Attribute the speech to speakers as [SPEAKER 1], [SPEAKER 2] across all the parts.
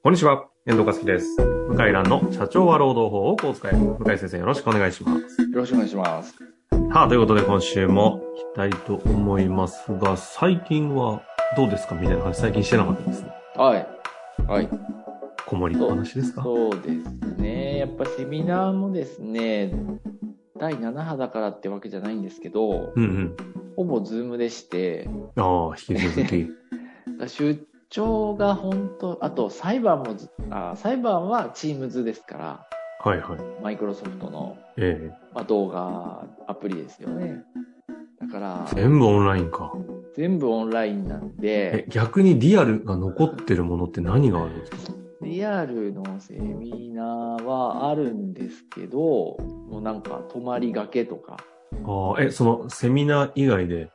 [SPEAKER 1] こんにちは、遠藤和樹です。向井蘭の社長は労働法をこう使え。向井先生よろしくお願いします。
[SPEAKER 2] よろしくお願いします。
[SPEAKER 1] さあ、ということで今週も行きたいと思いますが、最近はどうですかみたいな話、最近してなかったですね。
[SPEAKER 2] はい。はい。
[SPEAKER 1] こもりの話ですか
[SPEAKER 2] そうですね。やっぱセミナーもですね、第7波だからってわけじゃないんですけど、
[SPEAKER 1] うん
[SPEAKER 2] ほぼズームでして、
[SPEAKER 1] うん。ああ、引き続 き。
[SPEAKER 2] 出張が本当、あと裁判もず、あ裁判は Teams ですから、
[SPEAKER 1] はいはい。
[SPEAKER 2] マイクロソフトの、
[SPEAKER 1] え
[SPEAKER 2] まあ、動画アプリですよね。だから
[SPEAKER 1] え、全部オンラインか。
[SPEAKER 2] 全部オンラインなん
[SPEAKER 1] え
[SPEAKER 2] で、、
[SPEAKER 1] 逆にリアルが残ってるものって何があるんですか
[SPEAKER 2] リアルのセミナーはあるんですけど、もうなんか泊まりがけとか、
[SPEAKER 1] ああ、え、そのセミナー以外で、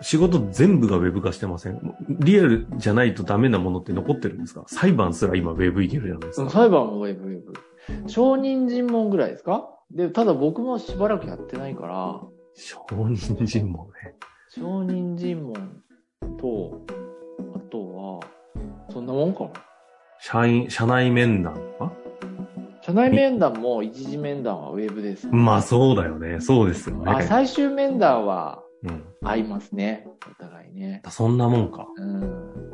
[SPEAKER 1] 仕事全部がウェブ化してませんリアルじゃないとダメなものって残ってるんですか裁判すら今ウェブいけるじゃないです
[SPEAKER 2] うん
[SPEAKER 1] か。
[SPEAKER 2] 裁判もウェブウェブ。証人尋問ぐらいですかで、ただ僕もしばらくやってないから、
[SPEAKER 1] 承認尋問ね。
[SPEAKER 2] 証人尋問と、あとは、そんなもんかな。
[SPEAKER 1] 社員、社内面談は
[SPEAKER 2] 社内面談も一次面談はウェブです。
[SPEAKER 1] まあそうだよね。そうですよ
[SPEAKER 2] あ、
[SPEAKER 1] ね。
[SPEAKER 2] 最終面談は
[SPEAKER 1] うん。
[SPEAKER 2] 合いますね。お互いね。
[SPEAKER 1] そんなもんか。
[SPEAKER 2] うん。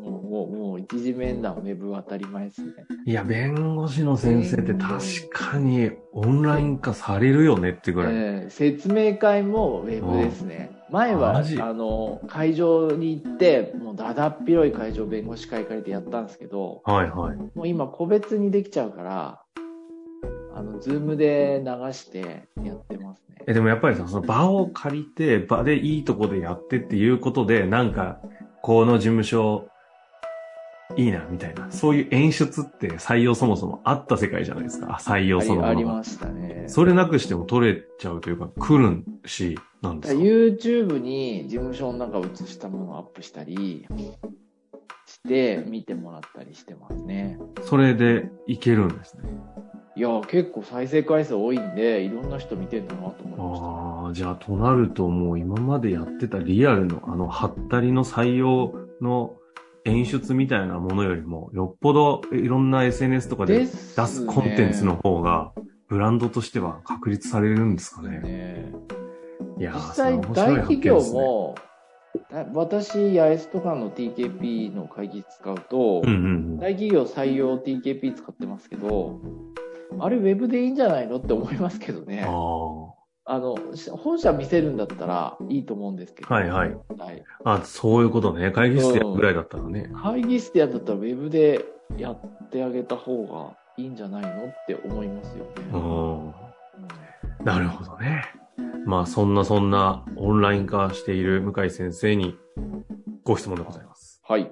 [SPEAKER 2] もう、もう、もう一次面談ウェブは当たり前ですね。
[SPEAKER 1] いや、弁護士の先生って確かにオンライン化されるよねってぐらい。
[SPEAKER 2] えー説明会もウェブですね、前は
[SPEAKER 1] マ
[SPEAKER 2] あ
[SPEAKER 1] ジ
[SPEAKER 2] の会場に行ってもうだだっ広い会場弁護士会借りてやったんですけど
[SPEAKER 1] はいはい。
[SPEAKER 2] もう今個別にできちゃうからあのズームで流してやってますね
[SPEAKER 1] え、でもやっぱりさ、その場を借りて、場でいいとこでやってっていうことで、なんか、この事務所、いいな、みたいな。そういう演出って採用そもそもあった世界じゃないですか。採用
[SPEAKER 2] あ
[SPEAKER 1] その
[SPEAKER 2] りあ
[SPEAKER 1] も
[SPEAKER 2] り
[SPEAKER 1] のが。
[SPEAKER 2] ましたね
[SPEAKER 1] それなくしても取れちゃうというか、来るし、なんですか。
[SPEAKER 2] YouTube に事務所の中を映したものをアップしたりして見てもらったりしてますね
[SPEAKER 1] それでいけるんですね。
[SPEAKER 2] いや結構再生回数多いんでいろんな人見てんだなと思いましたね
[SPEAKER 1] ああ、じゃあとなるともう今までやってたリアルのあの、ハったりの採用の演出みたいなものよりも、よっぽどいろんな SNS とかで
[SPEAKER 2] です
[SPEAKER 1] 出すコンテンツの方が、ブランドとしては確立されるんですかね。
[SPEAKER 2] ね。
[SPEAKER 1] いや
[SPEAKER 2] 実
[SPEAKER 1] ー、
[SPEAKER 2] 際、
[SPEAKER 1] そ
[SPEAKER 2] 大
[SPEAKER 1] れは面白い発
[SPEAKER 2] 企
[SPEAKER 1] 見
[SPEAKER 2] 業
[SPEAKER 1] ですね。
[SPEAKER 2] も、だ私、八重洲とかの TKP の会議使うと、
[SPEAKER 1] うんうんうん。
[SPEAKER 2] 大企業採用 TKP 使ってますけど、あれ、ウェブでいいんじゃないのって思いますけどね。
[SPEAKER 1] あ
[SPEAKER 2] あ
[SPEAKER 1] あ。
[SPEAKER 2] の、し本社見せるんだったらいいと思うんですけど。
[SPEAKER 1] はいはい。
[SPEAKER 2] はい
[SPEAKER 1] あ、そういうことね。会議室でやるぐらいだったらね。
[SPEAKER 2] 会議室でやったらウェブでやってあげた方がいいんじゃないのって思いますよね。
[SPEAKER 1] うん。
[SPEAKER 2] うん
[SPEAKER 1] なるほどね。まあ、そんなそんなオンライン化している向井先生にご質問でございます。
[SPEAKER 2] はい。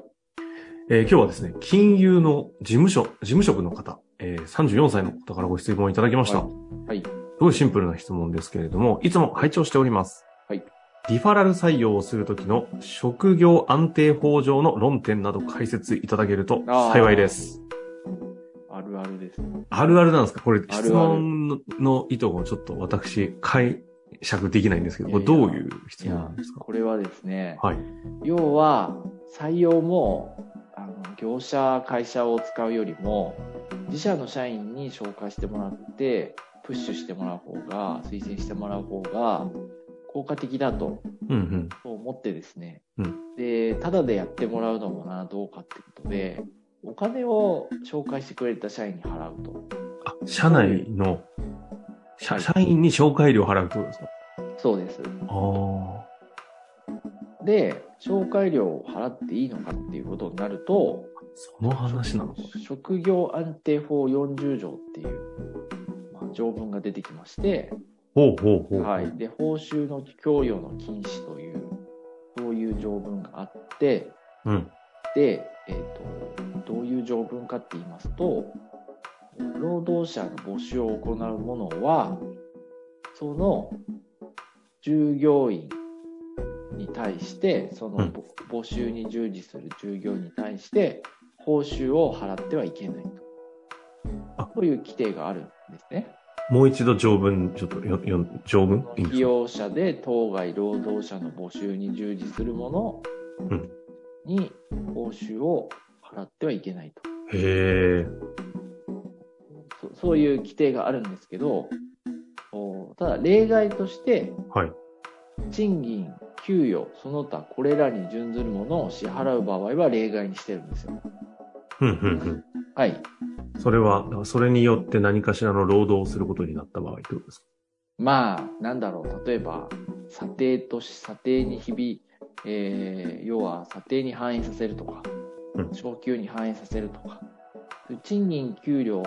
[SPEAKER 1] えー今日はですね、金融の事務所、事務職の方、えー34歳の方からご質問いただきました。
[SPEAKER 2] ははい。
[SPEAKER 1] すごいシンプルな質問ですけれども、いつも拝聴しております。
[SPEAKER 2] はい。
[SPEAKER 1] リファラル採用をするときの職業安定法上の論点など解説いただけると
[SPEAKER 2] あー
[SPEAKER 1] 幸いです。
[SPEAKER 2] あるあるです。
[SPEAKER 1] あるあるなんですかこれ
[SPEAKER 2] ある
[SPEAKER 1] 質問のの意図をちょっと私解釈できないんですけど、これ
[SPEAKER 2] いやい
[SPEAKER 1] ど
[SPEAKER 2] や
[SPEAKER 1] ういう質
[SPEAKER 2] い
[SPEAKER 1] 問
[SPEAKER 2] や
[SPEAKER 1] なんです、か
[SPEAKER 2] これはですね、
[SPEAKER 1] はい。
[SPEAKER 2] 要は採用もあの業者会社を使うよりも自社の社員に紹介してもらってプッシュしてもらう方が推薦してもらう方が効果的だと
[SPEAKER 1] うんうん。
[SPEAKER 2] 思ってですね、
[SPEAKER 1] うん
[SPEAKER 2] でただでやってもらうのもなどうかってことでお金を紹介してくれた社員に払うと
[SPEAKER 1] あ、社内の、
[SPEAKER 2] は
[SPEAKER 1] 社
[SPEAKER 2] い
[SPEAKER 1] 社員に紹介料を払うってことですか
[SPEAKER 2] そうです
[SPEAKER 1] ああ。
[SPEAKER 2] で紹介料を払っていいのかっていうことになると
[SPEAKER 1] その話なの
[SPEAKER 2] 職業安定法40条っていう、まあ、条文が出てきまして、
[SPEAKER 1] ほうほうほう。
[SPEAKER 2] は。い、で報酬の供与の禁止というそういう条文があって
[SPEAKER 1] うん。
[SPEAKER 2] で、えー、とどういう条文かって言いますと労働者の募集を行う者はその従業員に対してその
[SPEAKER 1] うん
[SPEAKER 2] ぼ募集に従事する従業員に対して報酬を払ってはいけないと
[SPEAKER 1] あ
[SPEAKER 2] という規定があるんですね。
[SPEAKER 1] もう一度条文、ちょっとよ、よ、条文いいんで
[SPEAKER 2] 起
[SPEAKER 1] すか
[SPEAKER 2] 用者で当該労働者の募集に従事する者
[SPEAKER 1] うん
[SPEAKER 2] に報酬を払ってはいけないと。
[SPEAKER 1] へえ。
[SPEAKER 2] そそういう規定があるんですけど、おただ例外として、
[SPEAKER 1] はい
[SPEAKER 2] 賃金、給与、その他これらに準ずるものを支払う場合は例外にしてるんですよ。
[SPEAKER 1] うんうん
[SPEAKER 2] はい。
[SPEAKER 1] うん。それは、それによって何かしらの労働をすることになった場合ってことですか
[SPEAKER 2] まあ、なんだろう、例えば、査定とし、査定に響、えー、要は査定に反映させるとか
[SPEAKER 1] う、ん
[SPEAKER 2] 昇給に反映させるとか、賃金、給料を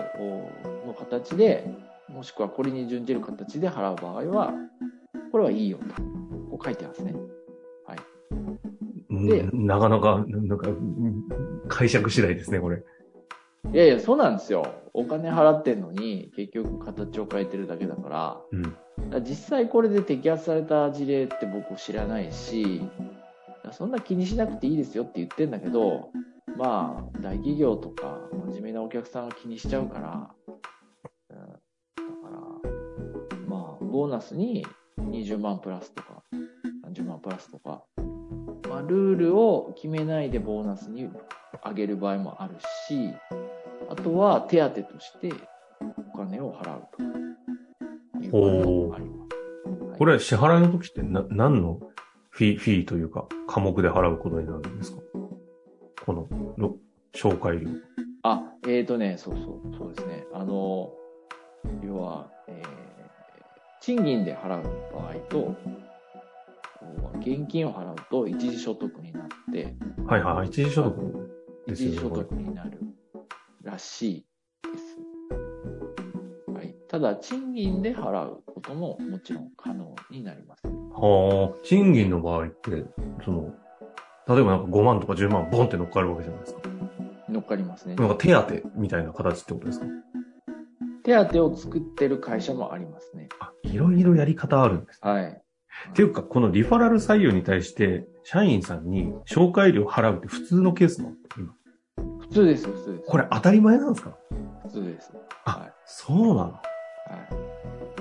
[SPEAKER 2] の形で、もしくはこれに準じる形で払う場合は、これはいいよと、こう書いてますね。で
[SPEAKER 1] うんなかなか、なんか、うん解釈次第ですね、これ。
[SPEAKER 2] いやいや、そうなんですよ。お金払ってんのに、結局形を変えてるだけだから、
[SPEAKER 1] うん。
[SPEAKER 2] だから実際これで摘発された事例って僕知らないし、そんな気にしなくていいですよって言ってんだけど、まあ、大企業とか、真面目なお客さんは気にしちゃうから、うん、だから、まあ、ボーナスに20万プラスとか、30万プラスとか、まあ、ルールを決めないでボーナスに上げる場合もあるし、あとは手当としてお金を払うということもあります。はい
[SPEAKER 1] これは支払いの時ってな、何のフィー、フィーというか、科目で払うことになるんですかこの、ろ紹介料。
[SPEAKER 2] あ、えーとね、そうそう、そうですね。あの、要は、えー賃金で払う場合と、現金を払うと一時所得になって、
[SPEAKER 1] はいはいはい、一時所得。
[SPEAKER 2] 一
[SPEAKER 1] ですよ
[SPEAKER 2] 時
[SPEAKER 1] ね
[SPEAKER 2] 所得になるらしいです。はい。ただ、賃金で払うことももちろん可能になります。
[SPEAKER 1] はあ、賃金の場合って、その、例えばなんか5万とか10万ボンって乗っかるわけじゃないですか。
[SPEAKER 2] 乗っかりますね。
[SPEAKER 1] なんか手当みたいな形ってことですか
[SPEAKER 2] 手当を作ってる会社もありますね。
[SPEAKER 1] あ、いろいろやり方あるんです。
[SPEAKER 2] はい。
[SPEAKER 1] っていうか、このリファラル採用に対して、社員さんに紹介料払うって普通のケースなの今。
[SPEAKER 2] 普通です、普通です。
[SPEAKER 1] これ当たり前なんですか
[SPEAKER 2] 普通です。
[SPEAKER 1] あ、そうな
[SPEAKER 2] は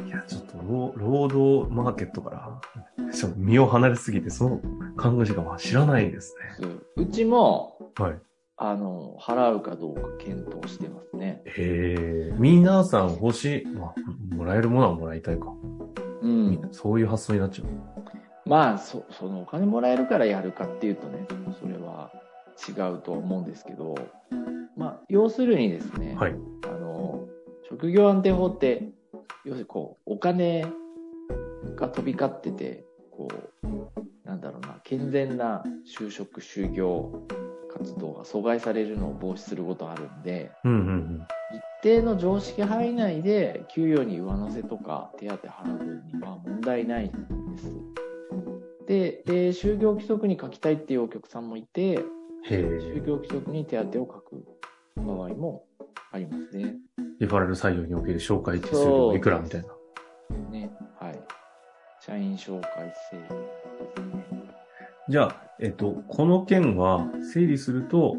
[SPEAKER 2] い。
[SPEAKER 1] のいや、ちょっと労、労働マーケットから、ちょっと身を離れすぎて、その看護師がまあ知らないですね。
[SPEAKER 2] そううちも、
[SPEAKER 1] はい
[SPEAKER 2] あの、払うかどうか検討してますね。
[SPEAKER 1] へえ、皆さん欲しい、まあ、もらえるものはもらいたいか。
[SPEAKER 2] う
[SPEAKER 1] みん
[SPEAKER 2] ん。
[SPEAKER 1] なそういう発想になっちゃう。
[SPEAKER 2] まあ、そ、そのお金もらえるからやるかっていうとね、ちょっとそれは違うと思うんですけど、まあ、要するにですね、
[SPEAKER 1] はい
[SPEAKER 2] あの、職業安定法って、要するにこう、お金が飛び交ってて、こう、なんだろうな、健全な就職、就業活動が阻害されるのを防止することあるんで、
[SPEAKER 1] うんうん
[SPEAKER 2] 一定の常識範囲内で給与に上乗せとか手当払う分には問題ないんです。で、で就業規則に書きたいっていうお客さんもいて、
[SPEAKER 1] うん。へえ
[SPEAKER 2] 就。業規則に手当を書く場合もありますね。
[SPEAKER 1] リファラル採用における紹介手数料いくらみたいな。
[SPEAKER 2] ね。はい。社員紹介制度ですね。
[SPEAKER 1] じゃあ、えっと、この件は整理すると、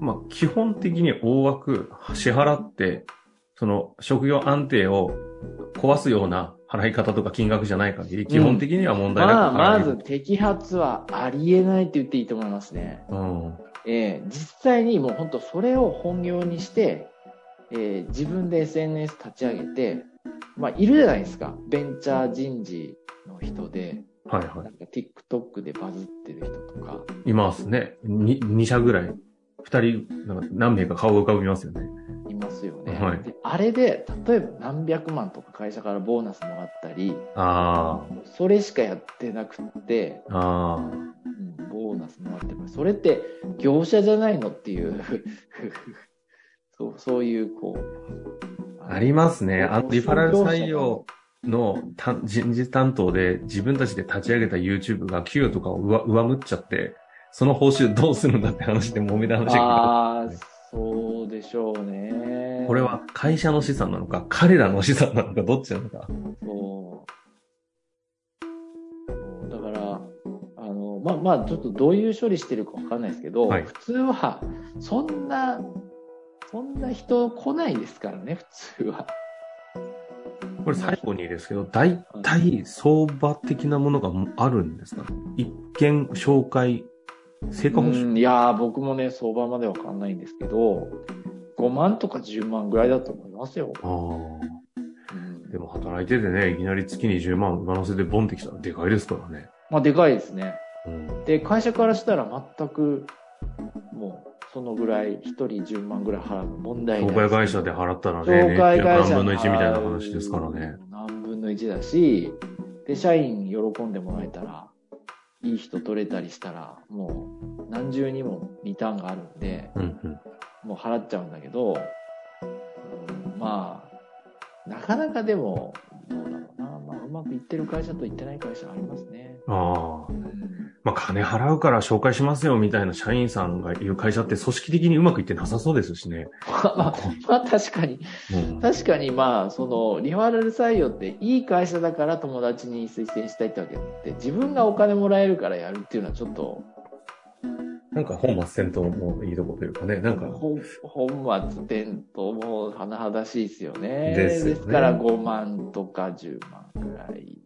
[SPEAKER 1] まあ、基本的に大枠支払って、その職業安定を壊すような払い方とか金額じゃない限り、基本的には問題
[SPEAKER 2] ま
[SPEAKER 1] な
[SPEAKER 2] あ、
[SPEAKER 1] く払
[SPEAKER 2] ま
[SPEAKER 1] え
[SPEAKER 2] ず
[SPEAKER 1] る。
[SPEAKER 2] 摘発はありえないって言っていいと思いますね。
[SPEAKER 1] うん。
[SPEAKER 2] えー実際にもう本当それを本業にして、えー自分で SNS 立ち上げて、まあ、いるじゃないですか。ベンチャー人事の人で、
[SPEAKER 1] はいは
[SPEAKER 2] なんか TikTok でバズってる人とか。
[SPEAKER 1] い。いますね。に、2社ぐらい。二人、なんか何名か顔が浮かびますよね。
[SPEAKER 2] いますよね、
[SPEAKER 1] はい
[SPEAKER 2] であれで例えば何百万とか会社からボーナスもらったり
[SPEAKER 1] あ
[SPEAKER 2] それしかやってなくって、
[SPEAKER 1] あ、あ
[SPEAKER 2] うん、ボーナスもらってるそれって業者じゃないのっていう そうそういうこう
[SPEAKER 1] あ。ありますね。あの、リファラル採
[SPEAKER 2] 業者が
[SPEAKER 1] 用の担人事担当で自分たちで立ち上げた YouTube が給与とかを上上むっちゃって、その報酬どうするんだって話で揉めた話が
[SPEAKER 2] ああ、そうでしょうね。
[SPEAKER 1] これは会社の資産なのか、彼らの資産なのか、どっちなのか。
[SPEAKER 2] そう。そうだから、あの、まあまあ、ちょっとどういう処理してるかわかんないですけど、
[SPEAKER 1] はい
[SPEAKER 2] 普通は、そんな、そんな人来ないですからね、普通は。
[SPEAKER 1] これ最後にですけど、大体相場的なものがあるんですか一見紹介、成果報酬
[SPEAKER 2] うんいやー、僕もね、相場までわかんないんですけど、 5万とか10万ぐらいだと思いますよ。
[SPEAKER 1] あー
[SPEAKER 2] うん
[SPEAKER 1] でも働いててね、いきなり月に10万上乗せでボンってきたらでかいですからね。
[SPEAKER 2] まあ、でかいですね。
[SPEAKER 1] うん。
[SPEAKER 2] で、会社からしたら全く、もう、そのぐらい、一人10万ぐらい払うの問題な
[SPEAKER 1] 紹
[SPEAKER 2] い。
[SPEAKER 1] 介会社で払ったらね、
[SPEAKER 2] 紹介会社
[SPEAKER 1] 年給何
[SPEAKER 2] に
[SPEAKER 1] 分の1みたいな話ですからね。。
[SPEAKER 2] 何分の1だし、で、社員喜んでもらえたら、いい人取れたりしたら、もう、何重にもリターンがあるんで、
[SPEAKER 1] うんうん。
[SPEAKER 2] もう払っちゃうんだけど、うんまあ、なかなかでも、どうだろうな、まあ、うまくいってる会社といってない会社ありますね。
[SPEAKER 1] ああ
[SPEAKER 2] う。ん
[SPEAKER 1] まあ、金払うから紹介しますよみたいな社員さんがいる会社って組織的にうまくいってなさそうですしね。
[SPEAKER 2] まあ、まあ確かに、
[SPEAKER 1] うん
[SPEAKER 2] 確かにまあ、その、リファラル採用っていい会社だから友達に推薦したいってわけでって、自分がお金もらえるからやるっていうのはちょっと、
[SPEAKER 1] なんか本末転倒もいいとこというかね、なんか、
[SPEAKER 2] 本本末転倒も甚だしいですよね。
[SPEAKER 1] ですよね
[SPEAKER 2] ですから5万とか10万くらい。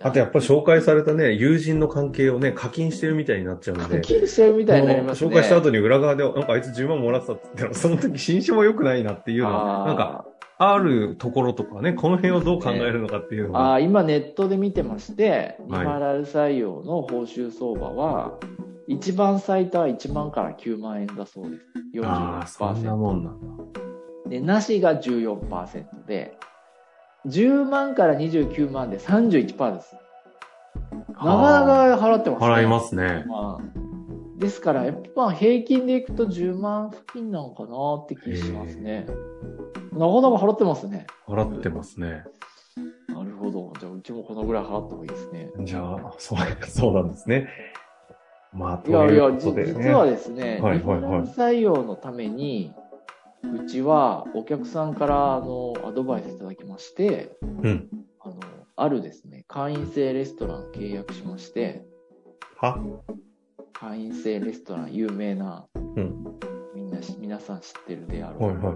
[SPEAKER 1] あとやっぱり紹介されたね、友人の関係をね、課金してるみたいになっちゃうんで。
[SPEAKER 2] 課金してるみたいになりますね。
[SPEAKER 1] 紹介した後に裏側で、なんかあいつ10万もらってたって言ったら、その時心証も良くないなっていうの
[SPEAKER 2] あ
[SPEAKER 1] は、
[SPEAKER 2] ー
[SPEAKER 1] なんか、あるところとかね、この辺をどう考えるのかっていうの
[SPEAKER 2] あ
[SPEAKER 1] が。
[SPEAKER 2] ー今ネットで見てまして、リフ
[SPEAKER 1] はい
[SPEAKER 2] ァラル採用の報酬相場は、一番最多は1万から9万円だそうです。
[SPEAKER 1] あー、そんな
[SPEAKER 2] 46%。
[SPEAKER 1] もんなんだ。
[SPEAKER 2] で、なしが14%で、10万から29万で31%です。なかなか払ってますね。
[SPEAKER 1] 払いますね。
[SPEAKER 2] まあ、ですから、やっぱ平均でいくと10万付近なのかなって気しますね。なかなか払ってますね。
[SPEAKER 1] 払ってますね。
[SPEAKER 2] なるほど。じゃあ、うちもこのぐらい払った方がいいですね。
[SPEAKER 1] じゃあ、そう、 そうなんですね。まあ、と
[SPEAKER 2] いやい
[SPEAKER 1] い
[SPEAKER 2] や、
[SPEAKER 1] うこ
[SPEAKER 2] じ
[SPEAKER 1] とでね。
[SPEAKER 2] 実はですね、
[SPEAKER 1] はい
[SPEAKER 2] リフ
[SPEAKER 1] はいはい
[SPEAKER 2] ァラル採用のために、うちはお客さんからあのアドバイスいただきまして、
[SPEAKER 1] うん。
[SPEAKER 2] あの、あるですね、会員制レストラン契約しまして、
[SPEAKER 1] は
[SPEAKER 2] 会員制レストラン有名な、
[SPEAKER 1] ん
[SPEAKER 2] みんなし、皆さん知ってるであろう、
[SPEAKER 1] はいはい。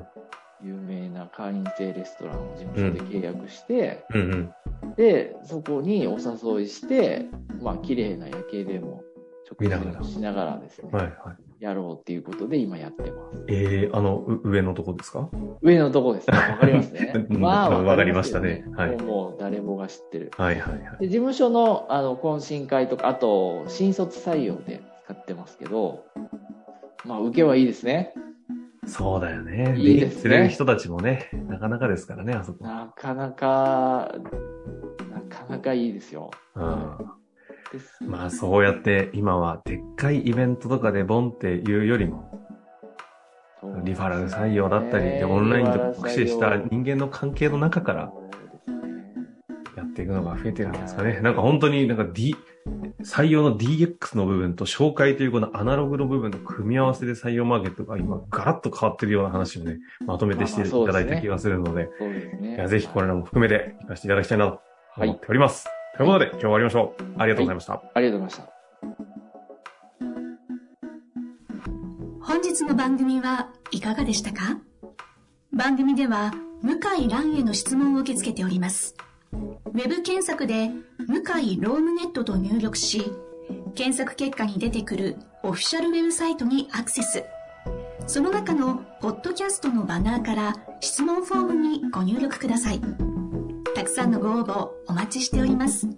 [SPEAKER 2] 有名な会員制レストランを事務所で契約して、
[SPEAKER 1] うんうん。
[SPEAKER 2] で、そこにお誘いして、まあ、綺麗な夜景でも、食事をしながらですね、
[SPEAKER 1] はいはい。
[SPEAKER 2] やろうっていうことで今やってます。
[SPEAKER 1] えー、あの、う上のとこですか
[SPEAKER 2] 上のとこですね。わかりますね
[SPEAKER 1] 。うんわかりましたね
[SPEAKER 2] わか
[SPEAKER 1] はい
[SPEAKER 2] りますよもうもう誰もが知ってる。
[SPEAKER 1] はいはいはい。
[SPEAKER 2] で、事務所の、あの、懇親会とか、あと、新卒採用で使ってますけど、まあ、受けはいいですね。
[SPEAKER 1] そうだよね。
[SPEAKER 2] いいですね
[SPEAKER 1] 連れる人たちもね、なかなかですからね、あそこ。
[SPEAKER 2] なかなか、なかなかいいですよ。
[SPEAKER 1] うん。
[SPEAKER 2] です
[SPEAKER 1] まあそうやって今はでっかいイベントとかでボンっていうよりも、リファラル採用だったりでオンラインとか駆使した人間の関係の中からやっていくのが増えてるんですかね。なんか本当になんか D、採用の DX の部分と紹介というこのアナログの部分の組み合わせで採用マーケットが今ガラッと変わってるような話をね、まとめてしていただいた気がするので、
[SPEAKER 2] そうですね
[SPEAKER 1] いやぜひこれらも含めて聞かせていただきたいなと
[SPEAKER 2] はい
[SPEAKER 1] 思っております。ということで今日は終わりましょう。ありがとうございました。
[SPEAKER 2] ありがとうございました。
[SPEAKER 3] 本日の番組はいかがでしたか番組では向井蘭への質問を受け付けております。ウェブ検索で向井ロームネットと入力し、検索結果に出てくるオフィシャルウェブサイトにアクセス。その中のポッドキャストのバナーから質問フォームにご入力ください。たくさんのご応募お待ちしております。